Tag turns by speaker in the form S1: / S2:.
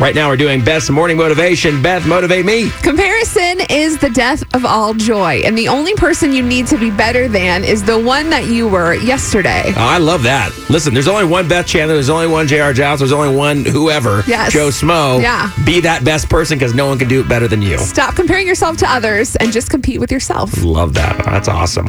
S1: Right now, we're doing best morning motivation. Beth, motivate me. Oh,
S2: Comparison is the death of all joy. And the only person you need to be better than is the one that you were yesterday.
S1: Oh, I love that. Listen, there's only one Beth Chandler. There's only one J.R. Giles. There's only one whoever.
S2: Yes.
S1: Joe Smo.
S2: Yeah.
S1: Be that best person because no one can do it better than you.
S2: Stop comparing yourself to others and just compete with yourself.
S1: Love that. That's awesome.